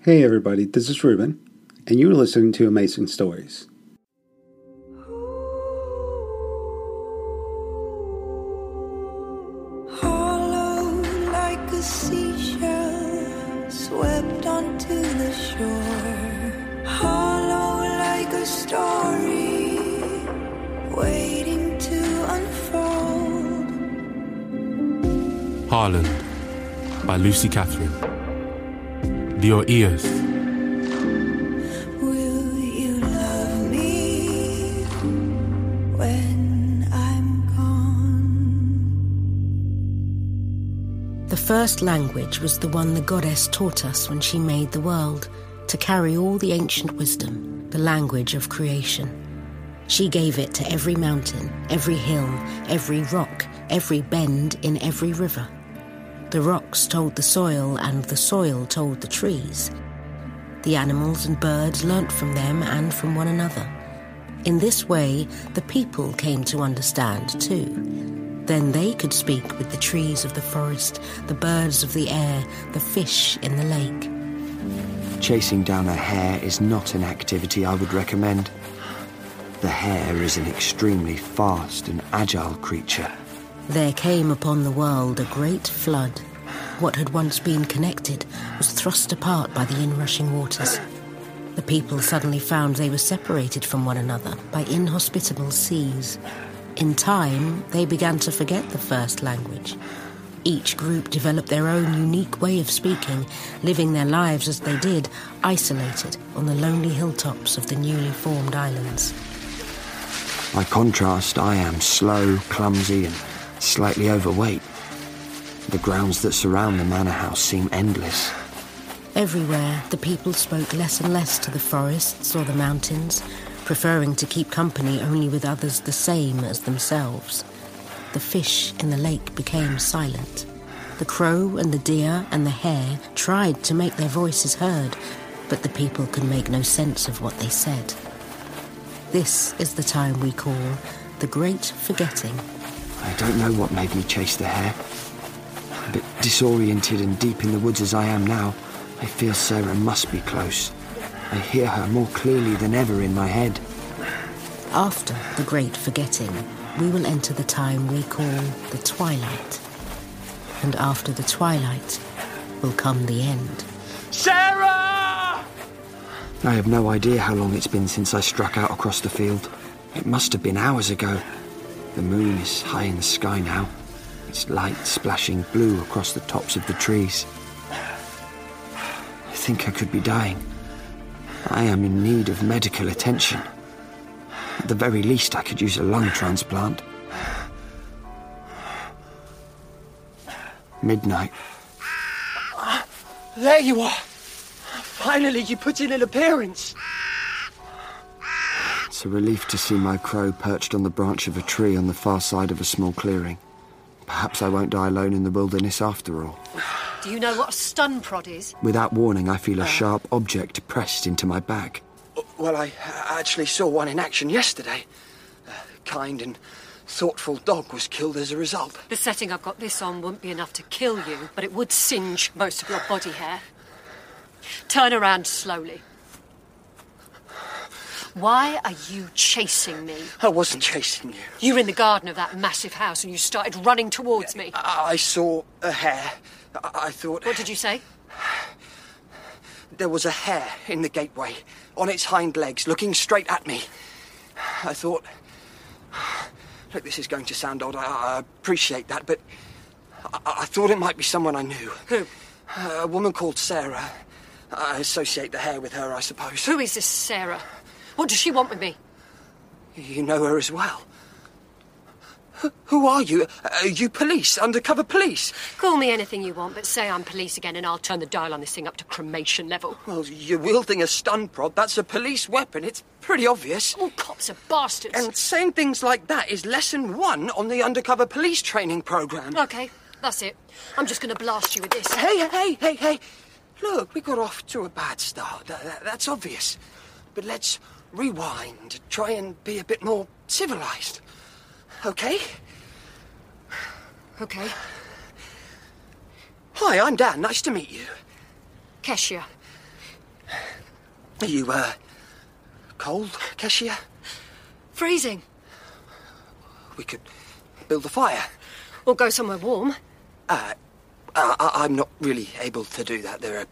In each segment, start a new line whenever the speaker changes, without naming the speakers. Hey, everybody, this is Ruben, and you're listening to Amazing Stories.
Hollow like a seashell swept onto the shore. Hollow like a story waiting to unfold.
Harland by Lucy Catherine. Your ears,
Will you love me when I'm gone?
The first language was the one the goddess taught us when she made the world, to carry all the ancient wisdom, the language of creation. She gave it to every mountain, every hill, every rock, every bend in every river. The rocks told the soil, and the soil told the trees. The animals and birds learnt from them and from one another. In this way, the people came to understand too. Then they could speak with the trees of the forest, the birds of the air, the fish in the lake.
Chasing down a hare is not an activity I would recommend. The hare is an extremely fast and agile creature.
There came upon the world a great flood. What had once been connected was thrust apart by the inrushing waters. The people suddenly found they were separated from one another by inhospitable seas. In time, they began to forget the first language. Each group developed their own unique way of speaking, living their lives as they did, isolated on the lonely hilltops of the newly formed islands.
By contrast, I am slow, clumsy, and slightly overweight. The grounds that surround the manor house seem endless.
Everywhere, the people spoke less and less to the forests or the mountains, preferring to keep company only with others the same as themselves. The fish in the lake became silent. The crow and the deer and the hare tried to make their voices heard, but the people could make no sense of what they said. This is the time we call the Great Forgetting.
I don't know what made me chase the hare. But disoriented and deep in the woods as I am now, I feel Sarah must be close. I hear her more clearly than ever in my head.
After the Great Forgetting, we will enter the time we call the Twilight. And after the Twilight will come the end.
I have no idea how long it's been since I struck out across the field. It must have been hours ago. The moon is high in the sky now, its light splashing blue across the tops of the trees. I think I could be dying. I am in need of medical attention. At the very least, I could use a lung transplant. Midnight.
There you are! Finally, you put in an appearance!
It's a relief to see my crow perched on the branch of a tree on the far side of a small clearing. Perhaps I won't die alone in the wilderness after all.
Do you know what a stun prod is?
Without warning, I feel a sharp object pressed into my back.
Well, I Uh. uh, actually saw one in action yesterday. A kind and thoughtful dog was killed as a result.
The setting I've got this on wouldn't be enough to kill you, but it would singe most of your body hair. Turn around slowly. Why are you chasing me?
I wasn't chasing you.
You're in the garden of that massive house and you started running towards me.
I, I saw a hare. I, I thought
What did you say?
there was a hare in the gateway, on its hind legs, looking straight at me. I thought, look, this is going to sound odd. I, I appreciate that, but I, I thought it might be someone I knew.
Who?
a woman called Sarah. I associate the hare with her, I suppose.
Who is this Sarah? What does she want with me?
You know her as well. Who- Who are you? Are you police? Undercover police?
Call me anything you want, but say I'm police again and I'll turn the dial on this thing up to cremation level.
Well, you're wielding a stun prod. That's a police weapon. It's pretty obvious.
All cops are bastards.
And saying things like that is lesson one on the undercover police training program.
Okay, that's it. I'm just going to blast you with this.
Hey, hey, hey, hey. Look, we got off to a bad start. That- that- that's obvious. But let's rewind. Try and be a bit more civilized. Okay?
Okay.
Hi, I'm Dan. Nice to meet you.
Kesha,
Are you, uh, cold, Keshia?
Freezing.
We could build a fire.
Or go somewhere warm.
Uh, I- I'm not really able to do that. There are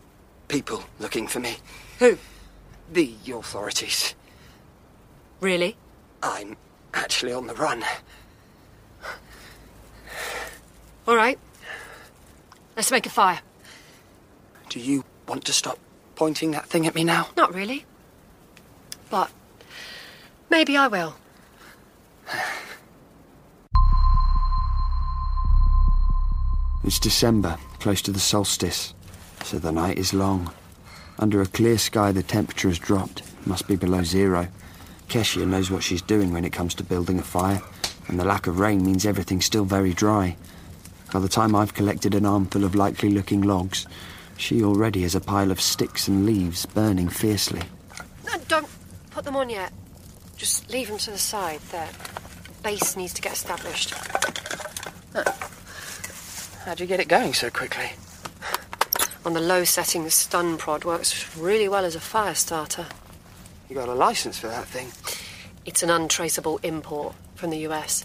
people looking for me.
Who?
The authorities.
Really?
I'm actually on the run.
All right. Let's make a fire.
Do you want to stop pointing that thing at me now?
Not really. But maybe I will.
It's December, close to the solstice, so the night is long. Under a clear sky, the temperature has dropped, It must be below zero. Keshia knows what she's doing when it comes to building a fire, and the lack of rain means everything's still very dry. By the time I've collected an armful of likely looking logs, she already has a pile of sticks and leaves burning fiercely.
No, don't put them on yet. Just leave them to the side there. The base needs to get established.
How'd you get it going so quickly?
On the low setting, the stun prod works really well as a fire starter.
You got a license for that thing.
It's an untraceable import from the US.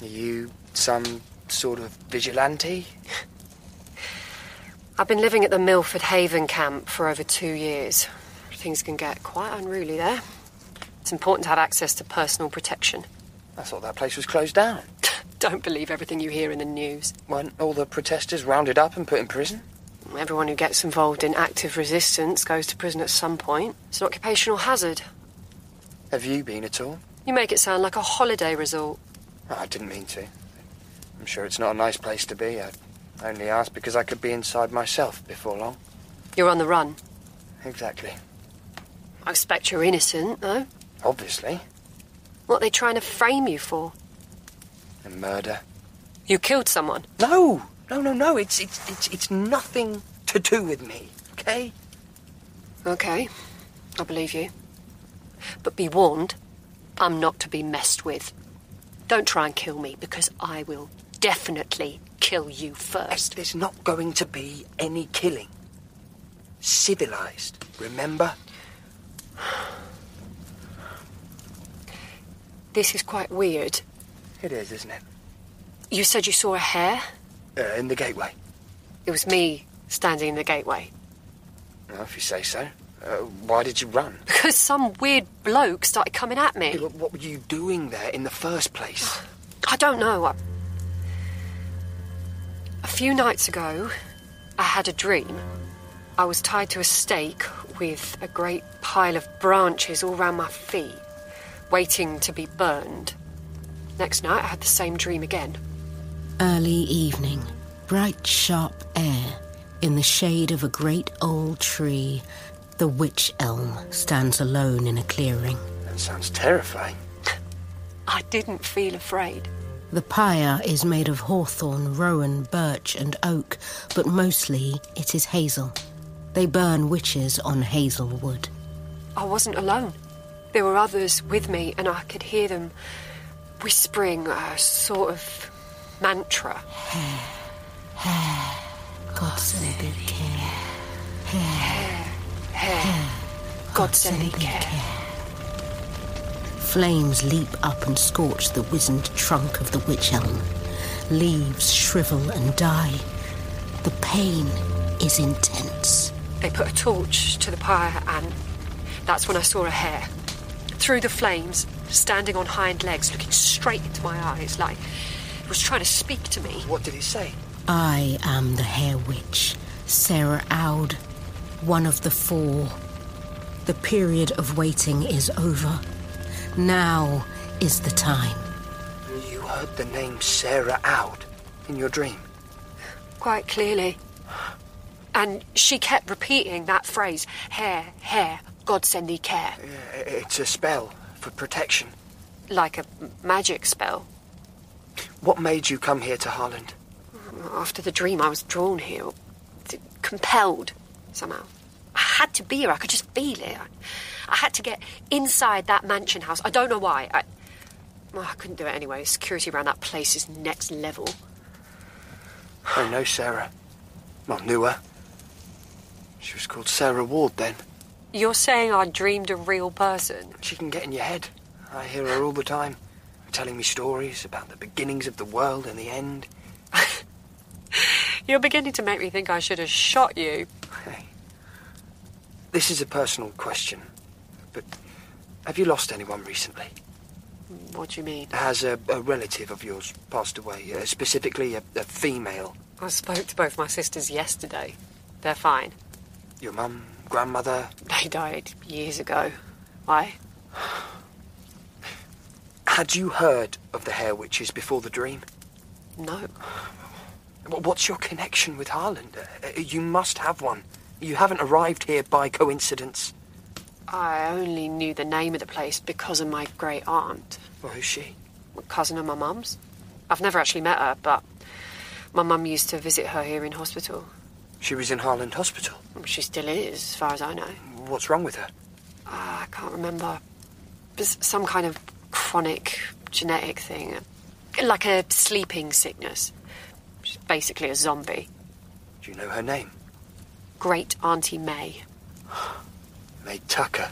Are you some sort of vigilante?
I've been living at the Milford Haven camp for over two years. Things can get quite unruly there. It's important to have access to personal protection.
I thought that place was closed down.
Don't believe everything you hear in the news.
Weren't all the protesters rounded up and put in prison?
Everyone who gets involved in active resistance goes to prison at some point. It's an occupational hazard.
Have you been at all?
You make it sound like a holiday resort.
Oh, I didn't mean to. I'm sure it's not a nice place to be. I only asked because I could be inside myself before long.
You're on the run.
Exactly.
I expect you're innocent, though.
Obviously.
What are they trying to frame you for?
A murder.
You killed someone.
No! No, no, no. It's, it's, it's, it's nothing to do with me, okay?
Okay, I believe you. But be warned, I'm not to be messed with. Don't try and kill me because I will definitely kill you first.
There's not going to be any killing. Civilized, remember?
This is quite weird.
It is, isn't it?
You said you saw a hare?
Uh, in the gateway.
It was me standing in the gateway.
Well, if you say so. Uh, why did you run?
Because some weird bloke started coming at me.
What what were you doing there in the first place?
I don't know. I... A few nights ago, I had a dream. I was tied to a stake with a great pile of branches all round my feet, waiting to be burned. Next night, I had the same dream again.
Early evening, bright, sharp air. In the shade of a great old tree, the witch elm stands alone in a clearing.
That sounds terrifying.
I didn't feel afraid.
The pyre is made of hawthorn, rowan, birch, and oak, but mostly it is hazel. They burn witches on hazel wood.
I wasn't alone. There were others with me, and I could hear them whispering a sort of mantra.
God send good care.
God send thee care.
Flames leap up and scorch the wizened trunk of the witch elm. Leaves shrivel and die. The pain is intense.
They put a torch to the pyre, and that's when I saw a hare. Through the flames, standing on hind legs, looking straight into my eyes, like it was trying to speak to me.
What did he say?
I am the Hair Witch, Sarah Aud, one of the four. The period of waiting is over. Now is the time.
You heard the name Sarah out in your dream.
Quite clearly. And she kept repeating that phrase hare, hare, God send thee care,
I- It's a spell for protection.
like a m- magic spell.
What made you come here to Harland?
After the dream, I was drawn here, t- compelled somehow. I had to be here. I could just feel it. I, I had to get inside that mansion house. I don't know why. I, well, I couldn't do it anyway. Security around that place is next level.
Oh,
I know Sarah. Well, knew her. She was called Sarah Ward then.
You're saying I dreamed a real person?
She can get in your head. I hear her all the time, telling me stories about the beginnings of the world and the end.
You're beginning to make me think I should have shot you.
Hey, this is a personal question, but have you lost anyone recently?
What do you mean?
Has a, a relative of yours passed away, uh, specifically a, a female?
I spoke to both my sisters yesterday. They're fine.
Your mum, grandmother?
They died years ago. Why?
Had you heard of the Hair Witches before the dream?
No.
Wh- What's your connection with Harland? Uh, You must have one. You haven't arrived here by coincidence.
I only knew the name of the place because of my great aunt,
Well, who's she?
a cousin of my mum's. I've never actually met her, but my mum used to visit her here in hospital. Um,
She was in Harland Hospital.
She still is, as far as I know.
What's wrong with her?
Ah, I can't remember. It's some kind of chronic genetic thing, like a sleeping sickness. She's basically a zombie.
Do you know her name?
Great Auntie May.
May Tucker.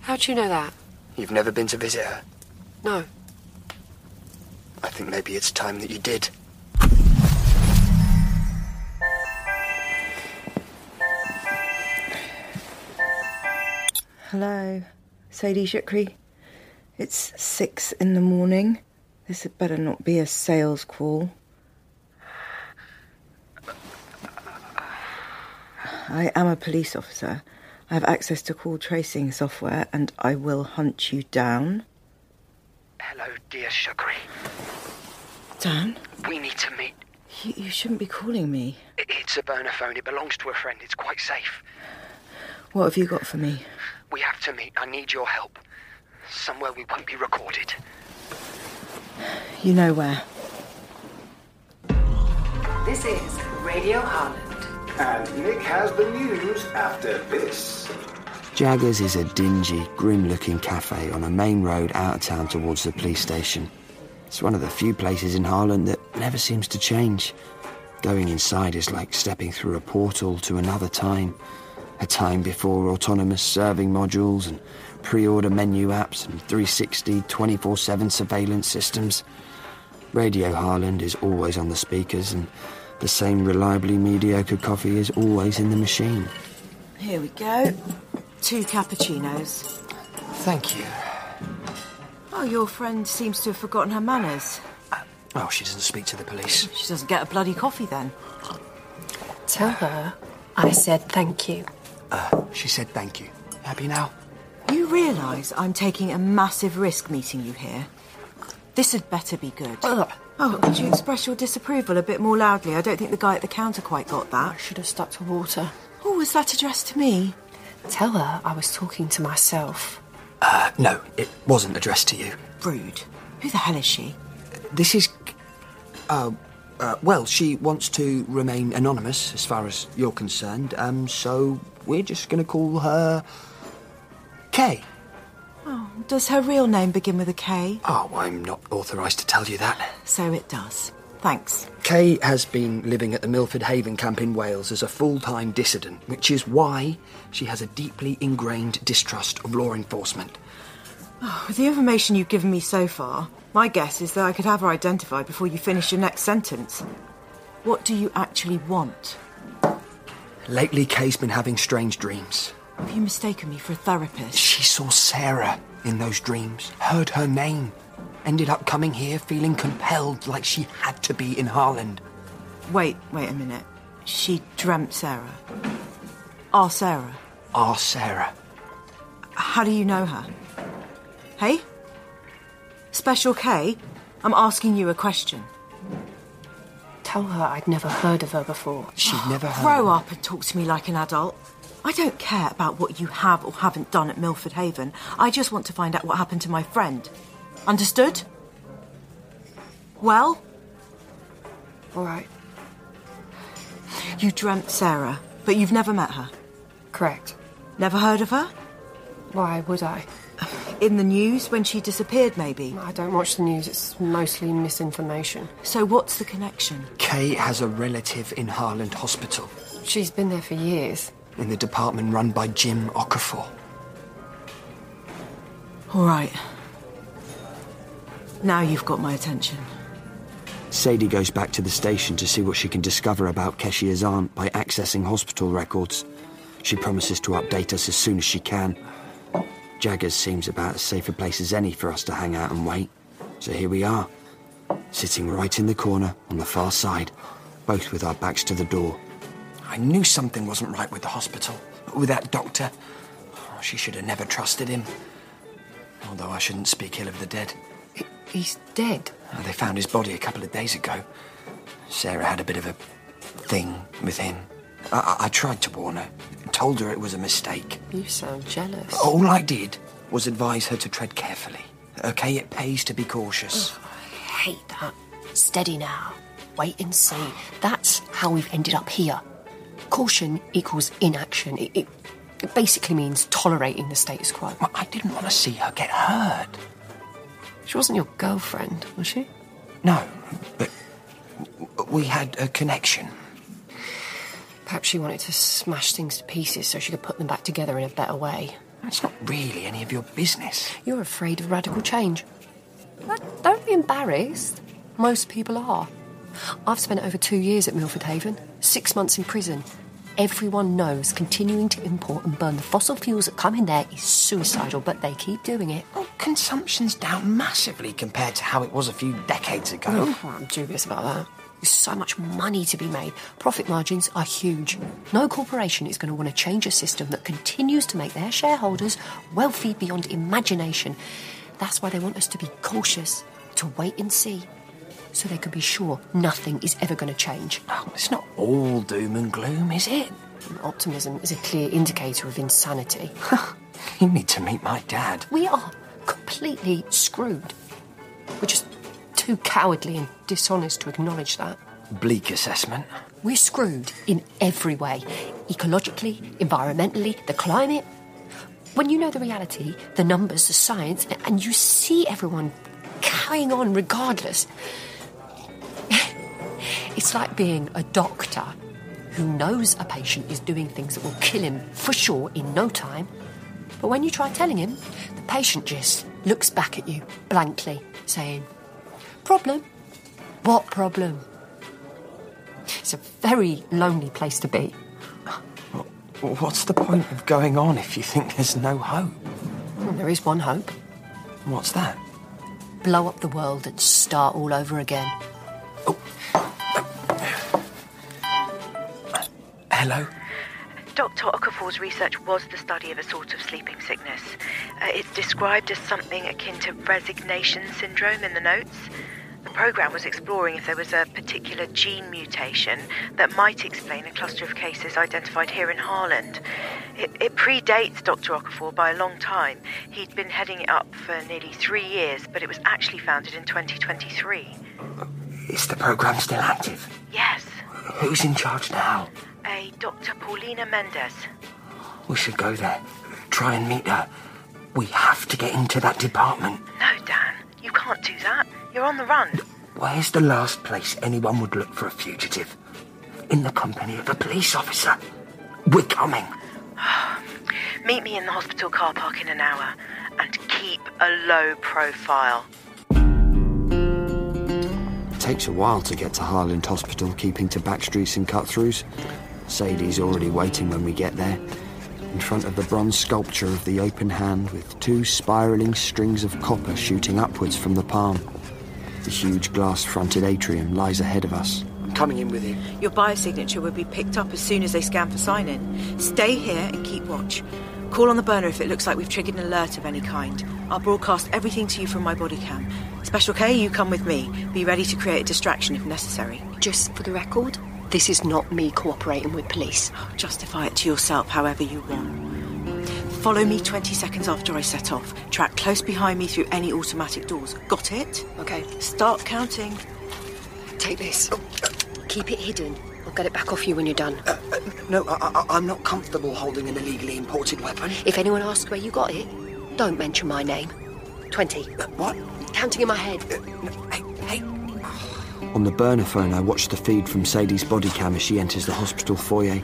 How do you know that?
You've never been to visit her.
No.
I think maybe it's time that you did.
Hello, Sadie Shukri. It's six in the morning. This had better not be a sales call. I am a police officer. I have access to call tracing software and I will hunt you down.
Hello, dear Shukri.
Dan?
We need to meet.
You, you shouldn't be calling me.
I- It's a burner phone. It belongs to a friend. It's quite safe.
What have you got for me?
We have to meet. I need your help. Somewhere we won't be recorded.
You know where.
This is Radio Harland.
And Nick has the news after this.
Jaggers is a dingy, grim looking cafe on a main road out of town towards the police station. It's one of the few places in Harland that never seems to change. Going inside is like stepping through a portal to another time. A time before autonomous serving modules and pre order menu apps and 360 24 7 surveillance systems. Radio Harland is always on the speakers, and the same reliably mediocre coffee is always in the machine.
Here we go.
Two cappuccinos.
Thank you.
Oh, your friend seems to have forgotten her manners.
Oh, she doesn't speak to the police.
She doesn't get a bloody coffee then.
Tell her I said thank you.
She said thank you. Happy now?
You realise I'm taking a massive risk meeting you here. This had better be good.
Uh,
Oh, could you express your disapproval a bit more loudly? I don't think the guy at the counter quite got that.
Should have stuck to water.
Oh, was that addressed to me?
Tell her I was talking to myself.
Uh, no, it wasn't addressed to you.
Rude. Who the hell is she?
This is. Uh, uh, well, she wants to remain anonymous as far as you're concerned, um, so we're just going to call her. Kay.
Oh.
Does her real name begin with a K?
Oh, I'm not authorised to tell you that.
So it does. Thanks.
Kay has been living at the Milford Haven camp in Wales as a full time dissident, which is why she has a deeply ingrained distrust of law enforcement.
With Oh, the information you've given me so far, my guess is that I could have her identified before you finish your next sentence. What do you actually want?
Lately, Kay's been having strange dreams.
Have you mistaken me for a therapist?
She saw Sarah in those dreams, heard her name, ended up coming here feeling compelled like she had to be in Harland.
Wait, wait a minute. She dreamt Sarah. Our Sarah.
Our Ah, Sarah.
How do you know her? Hey? Special K, I'm asking you a question.
Tell her I'd never heard of her before.
She'd never heard.
Grow up and talk to me like an adult. I don't care about what you have or haven't done at Milford Haven. I just want to find out what happened to my friend. Understood? Well,
All right.
you dreamt Sarah, but you've never met her.
Correct.
Never heard of her?
Why would I?
In the news when she disappeared, maybe.
I don't watch the news. It's mostly misinformation.
So, what's the connection?
Kay has a relative in Harland Hospital.
She's been there for years.
in the department run by Jim Okafor.
All right. Now you've got my attention.
Sadie goes back to the station to see what she can discover about Keshia's aunt by accessing hospital records. She promises to update us as soon as she can. Jaggers seems about as safe a place as any for us to hang out and wait. So here we are, sitting right in the corner on the far side, both with our backs to the door.
I knew something wasn't right with the hospital, with that doctor. Oh, she should have never trusted him. Although I shouldn't speak ill of the dead.
He's dead.
Uh, They found his body a couple of days ago. Sarah had a bit of a thing with him. I, I, I tried to warn her, told her it was a mistake.
You sound jealous.
Oh.
All I did was advise her to tread carefully. Okay, it pays to be cautious.
hate that. Steady now. Wait and see. That's how we've ended up here. Caution equals inaction. It, it, it basically means tolerating the status quo.
Well, I didn't want to see her get hurt.
She wasn't your girlfriend, was she?
No, but w- we had a connection.
Perhaps she wanted to smash things to pieces so she could put them back together in a better way.
It's not really any of your business.
You're afraid of radical change. But don't be embarrassed. Most people are. I've spent over two years at Milford Haven, six months in prison. Everyone knows continuing to import and burn the fossil fuels that come in there is suicidal, but they keep doing it.
Well, consumption's down massively compared to how it was a few decades ago.
Oh, I'm dubious about that. There's so much money to be made. Profit margins are huge. No corporation is going to want to change a system that continues to make their shareholders wealthy beyond imagination. That's why they want us to be cautious, to wait and see, so they can be sure nothing is ever going to change.
Oh, it's not all doom and gloom, is it?
And optimism is a clear indicator of insanity.
You need to meet my dad.
We are completely screwed. We're just too cowardly and dishonest to acknowledge that.
Bleak assessment.
We're screwed in every way ecologically, environmentally, the climate. When you know the reality, the numbers, the science, a- and you see everyone carrying on regardless, it's like being a doctor who knows a patient is doing things that will kill him for sure in no time. But when you try telling him, the patient just looks back at you blankly, saying, Problem? What problem? It's a very lonely place to be.
Well, What's the point of going on if you think there's no hope?
And There is one hope
What's that?
blow up the world and start all over again.
Hello?
Dr. Okafor's research was the study of a sort of sleeping sickness. Uh, it's described as something akin to resignation syndrome in the notes. The program was exploring if there was a particular gene mutation that might explain a cluster of cases identified here in Haaland. It, it predates Dr. Okafor by a long time. He'd been heading it up for nearly three years, but it was actually founded in 2023.
Is the program still active?
Yes,
Who's in charge now?
a Dr. Paulina Mendez.
We should go there. Try and meet her. We have to get into that department.
No, Dan, you can't do that. You're on the run.
Where's the last place anyone would look for a fugitive? In the company of a police officer. We're coming.
Meet me in the hospital car park in an hour and keep a low profile.
It takes a while to get to Harland Hospital, keeping to back streets and cut throughs. Sadie's already waiting when we get there, in front of the bronze sculpture of the open hand with two spiralling strings of copper shooting upwards from the palm. The huge glass fronted atrium lies ahead of us.
I'm coming in with you.
Your biosignature will be picked up as soon as they scan for sign in. Stay here and keep watch. Call on the burner if it looks like we've triggered an alert of any kind. I'll broadcast everything to you from my body cam. Special K, you come with me. Be ready to create a distraction if necessary.
Just for the record, this is not me cooperating with police.
Justify it to yourself however you want. Follow me 20 seconds after I set off. Track close behind me through any automatic doors. Got it?
Okay,
Start counting.
take this. Keep it hidden. I'll get it back off you when you're done.
No, I, I, I'm not comfortable holding an illegally imported weapon.
If anyone asks where you got it, don't mention my name. 20.
What?
Counting in my head.
Hey, hey.
On the burner phone, I watch the feed from Sadie's body cam as she enters the hospital foyer.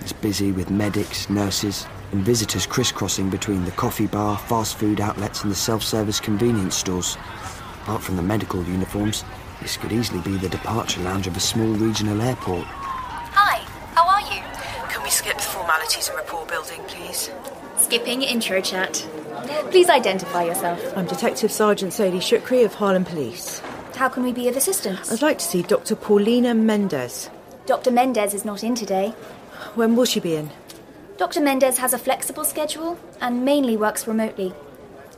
It's busy with medics, nurses, and visitors crisscrossing between the coffee bar, fast food outlets, and the self service convenience stores. Apart from the medical uniforms, this could easily be the departure lounge of a small regional airport.
Hi, how are you?
Can we skip the formalities and rapport building, please?
Skipping intro chat. Please identify yourself.
I'm Detective Sergeant Sadie Shukri of Harlem Police.
How can we be of assistance?
I'd like to see Dr. Paulina Mendez.
Dr. Mendez is not in today.
When will she be in?
Dr. Mendez has a flexible schedule and mainly works remotely.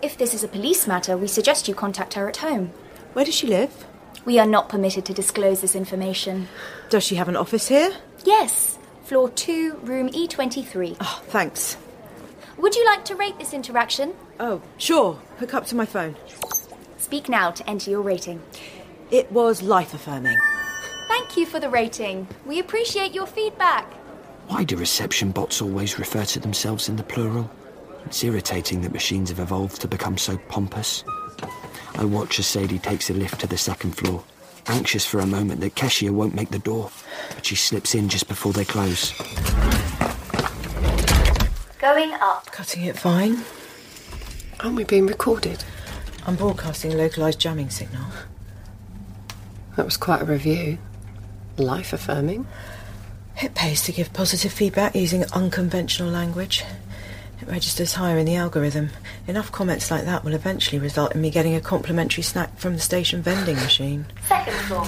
If this is a police matter, we suggest you contact her at home.
Where does she live?
We are not permitted to disclose this information.
Does she have an office here?
Yes, floor 2, room E23.
Oh, thanks.
Would you like to rate this interaction?
Oh, sure. Hook up to my phone.
Speak now to enter your rating.
It was life affirming.
Thank you for the rating. We appreciate your feedback.
Why do reception bots always refer to themselves in the plural? It's irritating that machines have evolved to become so pompous. I watch as Sadie takes a lift to the second floor, anxious for a moment that Keshia won't make the door, but she slips in just before they close.
Going up.
Cutting it fine.
Aren't we being recorded?
I'm broadcasting a localised jamming signal.
That was quite a review. Life affirming.
It pays to give positive feedback using unconventional language. It registers higher in the algorithm. Enough comments like that will eventually result in me getting a complimentary snack from the station vending machine.
Second floor.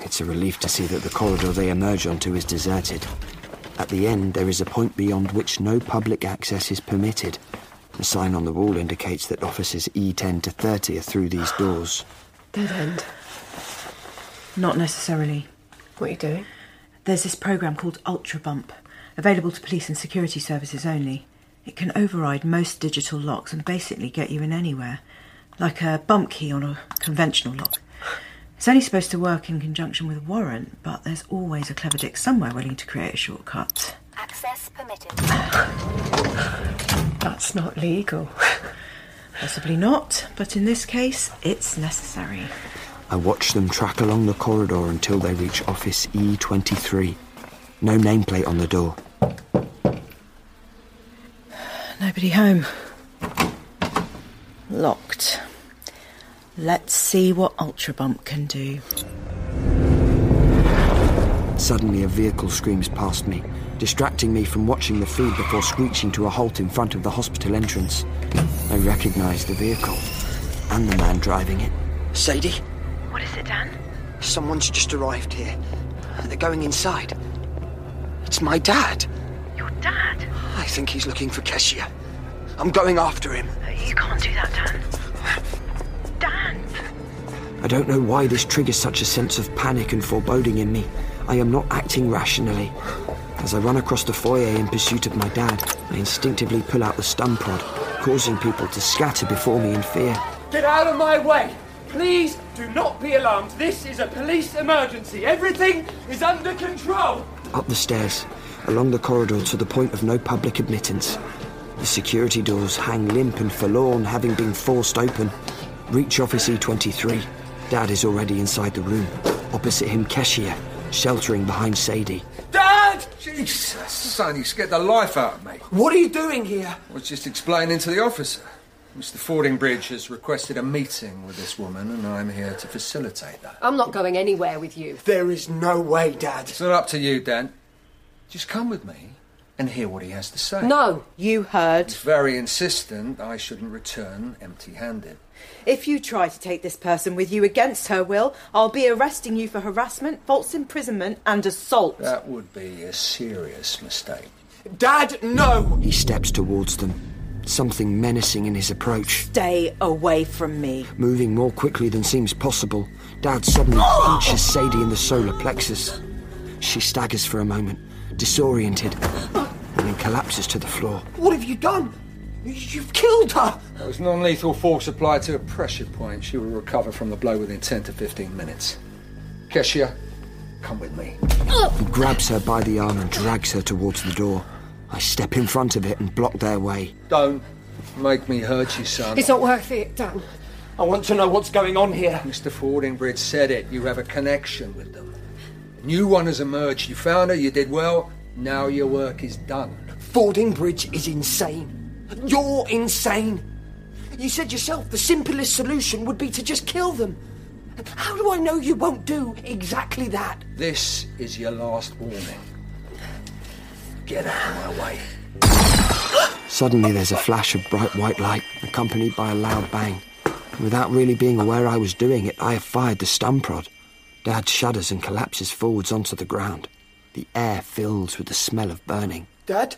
It's a relief to see that the corridor they emerge onto is deserted. At the end, there is a point beyond which no public access is permitted. The sign on the wall indicates that offices E10 to 30 are through these doors.
Dead end.
Not necessarily.
What are you doing?
There's this program called Ultra Bump, available to police and security services only. It can override most digital locks and basically get you in anywhere, like a bump key on a conventional lock. It's only supposed to work in conjunction with a warrant, but there's always a clever dick somewhere willing to create a shortcut.
Access permitted.
That's not legal.
Possibly not, but in this case, it's necessary.
I watch them track along the corridor until they reach office E23. No nameplate on the door.
Nobody home. Locked. Let's see what Ultra Bump can do.
Suddenly, a vehicle screams past me, distracting me from watching the food before screeching to a halt in front of the hospital entrance. I recognize the vehicle and the man driving it.
Sadie,
What is it, Dan?
someone's just arrived here. They're going inside. It's my dad.
Your dad?
I think he's looking for Keshia. I'm going after him.
Uh, You can't do that, Dan. Dan!
I don't know why this triggers such a sense of panic and foreboding in me. I am not acting rationally. As I run across the foyer in pursuit of my dad, I instinctively pull out the stun prod, causing people to scatter before me in fear.
Get out of my way! Please do not be alarmed. This is a police emergency. Everything is under control.
Up the stairs, along the corridor to the point of no public admittance. The security doors hang limp and forlorn, having been forced open. Reach Office E23. Dad is already inside the room. Opposite him, Keshia, sheltering behind Sadie.
Dad!
Ah, Jesus, son, you scared the life out of me.
What are you doing here?
I was just explaining to the officer. Mr. Fordingbridge has requested a meeting with this woman, and I'm here to facilitate that.
I'm not going anywhere with you.
There is no way, Dad.
It's not up to you, Dan. Just come with me and hear what he has to say.
No, you heard.
He's very insistent I shouldn't return empty handed.
If you try to take this person with you against her will, I'll be arresting you for harassment, false imprisonment, and assault.
That would be a serious mistake.
Dad, no!
He steps towards them, something menacing in his approach.
Stay away from me.
Moving more quickly than seems possible, Dad suddenly punches Sadie in the solar plexus. She staggers for a moment, disoriented, and then collapses to the floor.
What have you done? You've killed her!
There was non lethal force applied to a pressure point. She will recover from the blow within 10 to 15 minutes. Keshia, come with me.
He grabs her by the arm and drags her towards the door. I step in front of it and block their way.
Don't make me hurt you, son.
not worth it, Dan. I want to know what's going on here.
Mr. Fordingbridge said it. You have a connection with them. New one has emerged. You found her, you did well. Now your work is done.
Fordingbridge is insane. You're insane. You said yourself the simplest solution would be to just kill them. How do I know you won't do exactly that?
This is your last warning. Get out of my way.
Suddenly, there's a flash of bright white light, accompanied by a loud bang. And without really being aware I was doing it, I have fired the stun prod. Dad shudders and collapses forwards onto the ground. The air fills with the smell of burning.
Dad?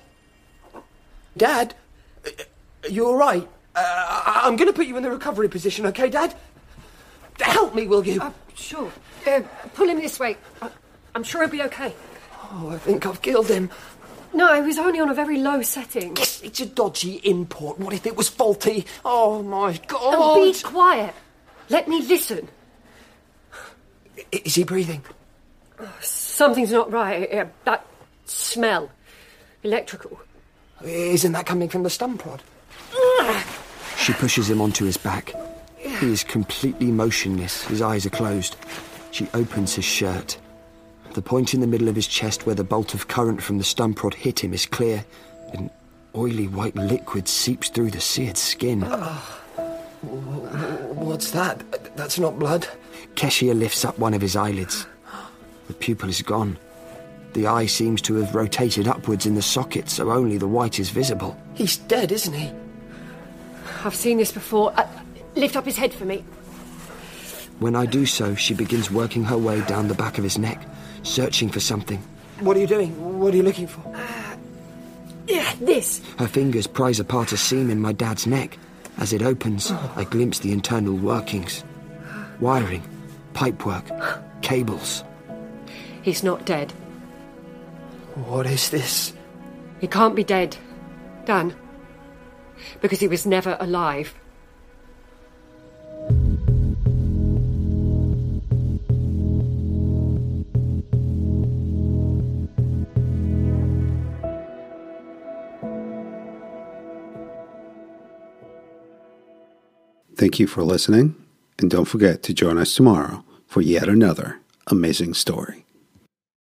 Dad? Uh, Are you all right? Uh, I- I'm going to put you in the recovery position, okay, Dad? Help me, will you?
Sure. Uh, pull him this way. I, I'm sure he'll be okay.
Oh, I think I've killed him.
No, he was only on a very low setting.
Yes, it's a dodgy import. What if it was faulty? Oh, my God.
Oh, be quiet. Let me listen.
I- Is he breathing?
Something's not right. Uh, that smell. Electrical.
Isn't that coming from the stun prod?
She pushes him onto his back. He is completely motionless, his eyes are closed. She opens his shirt. The point in the middle of his chest where the bolt of current from the stun prod hit him is clear. An oily white liquid seeps through the seared skin.
Oh. What's that? That's not blood.
Keshia lifts up one of his eyelids. The pupil is gone. The eye seems to have rotated upwards in the socket, so only the white is visible.
He's dead, isn't he?
I've seen this before. Uh, lift up his head for me.
When I do so, she begins working her way down the back of his neck, searching for something.
What are you doing? What are you looking for?
Yeah, this.
Her fingers prise apart a seam in my dad's neck. As it opens, I glimpse the internal workings wiring, pipework, cables.
He's not dead.
What is this?
He can't be dead. Dan. Because he was never alive.
Thank you for listening, and don't forget to join us tomorrow for yet another amazing story.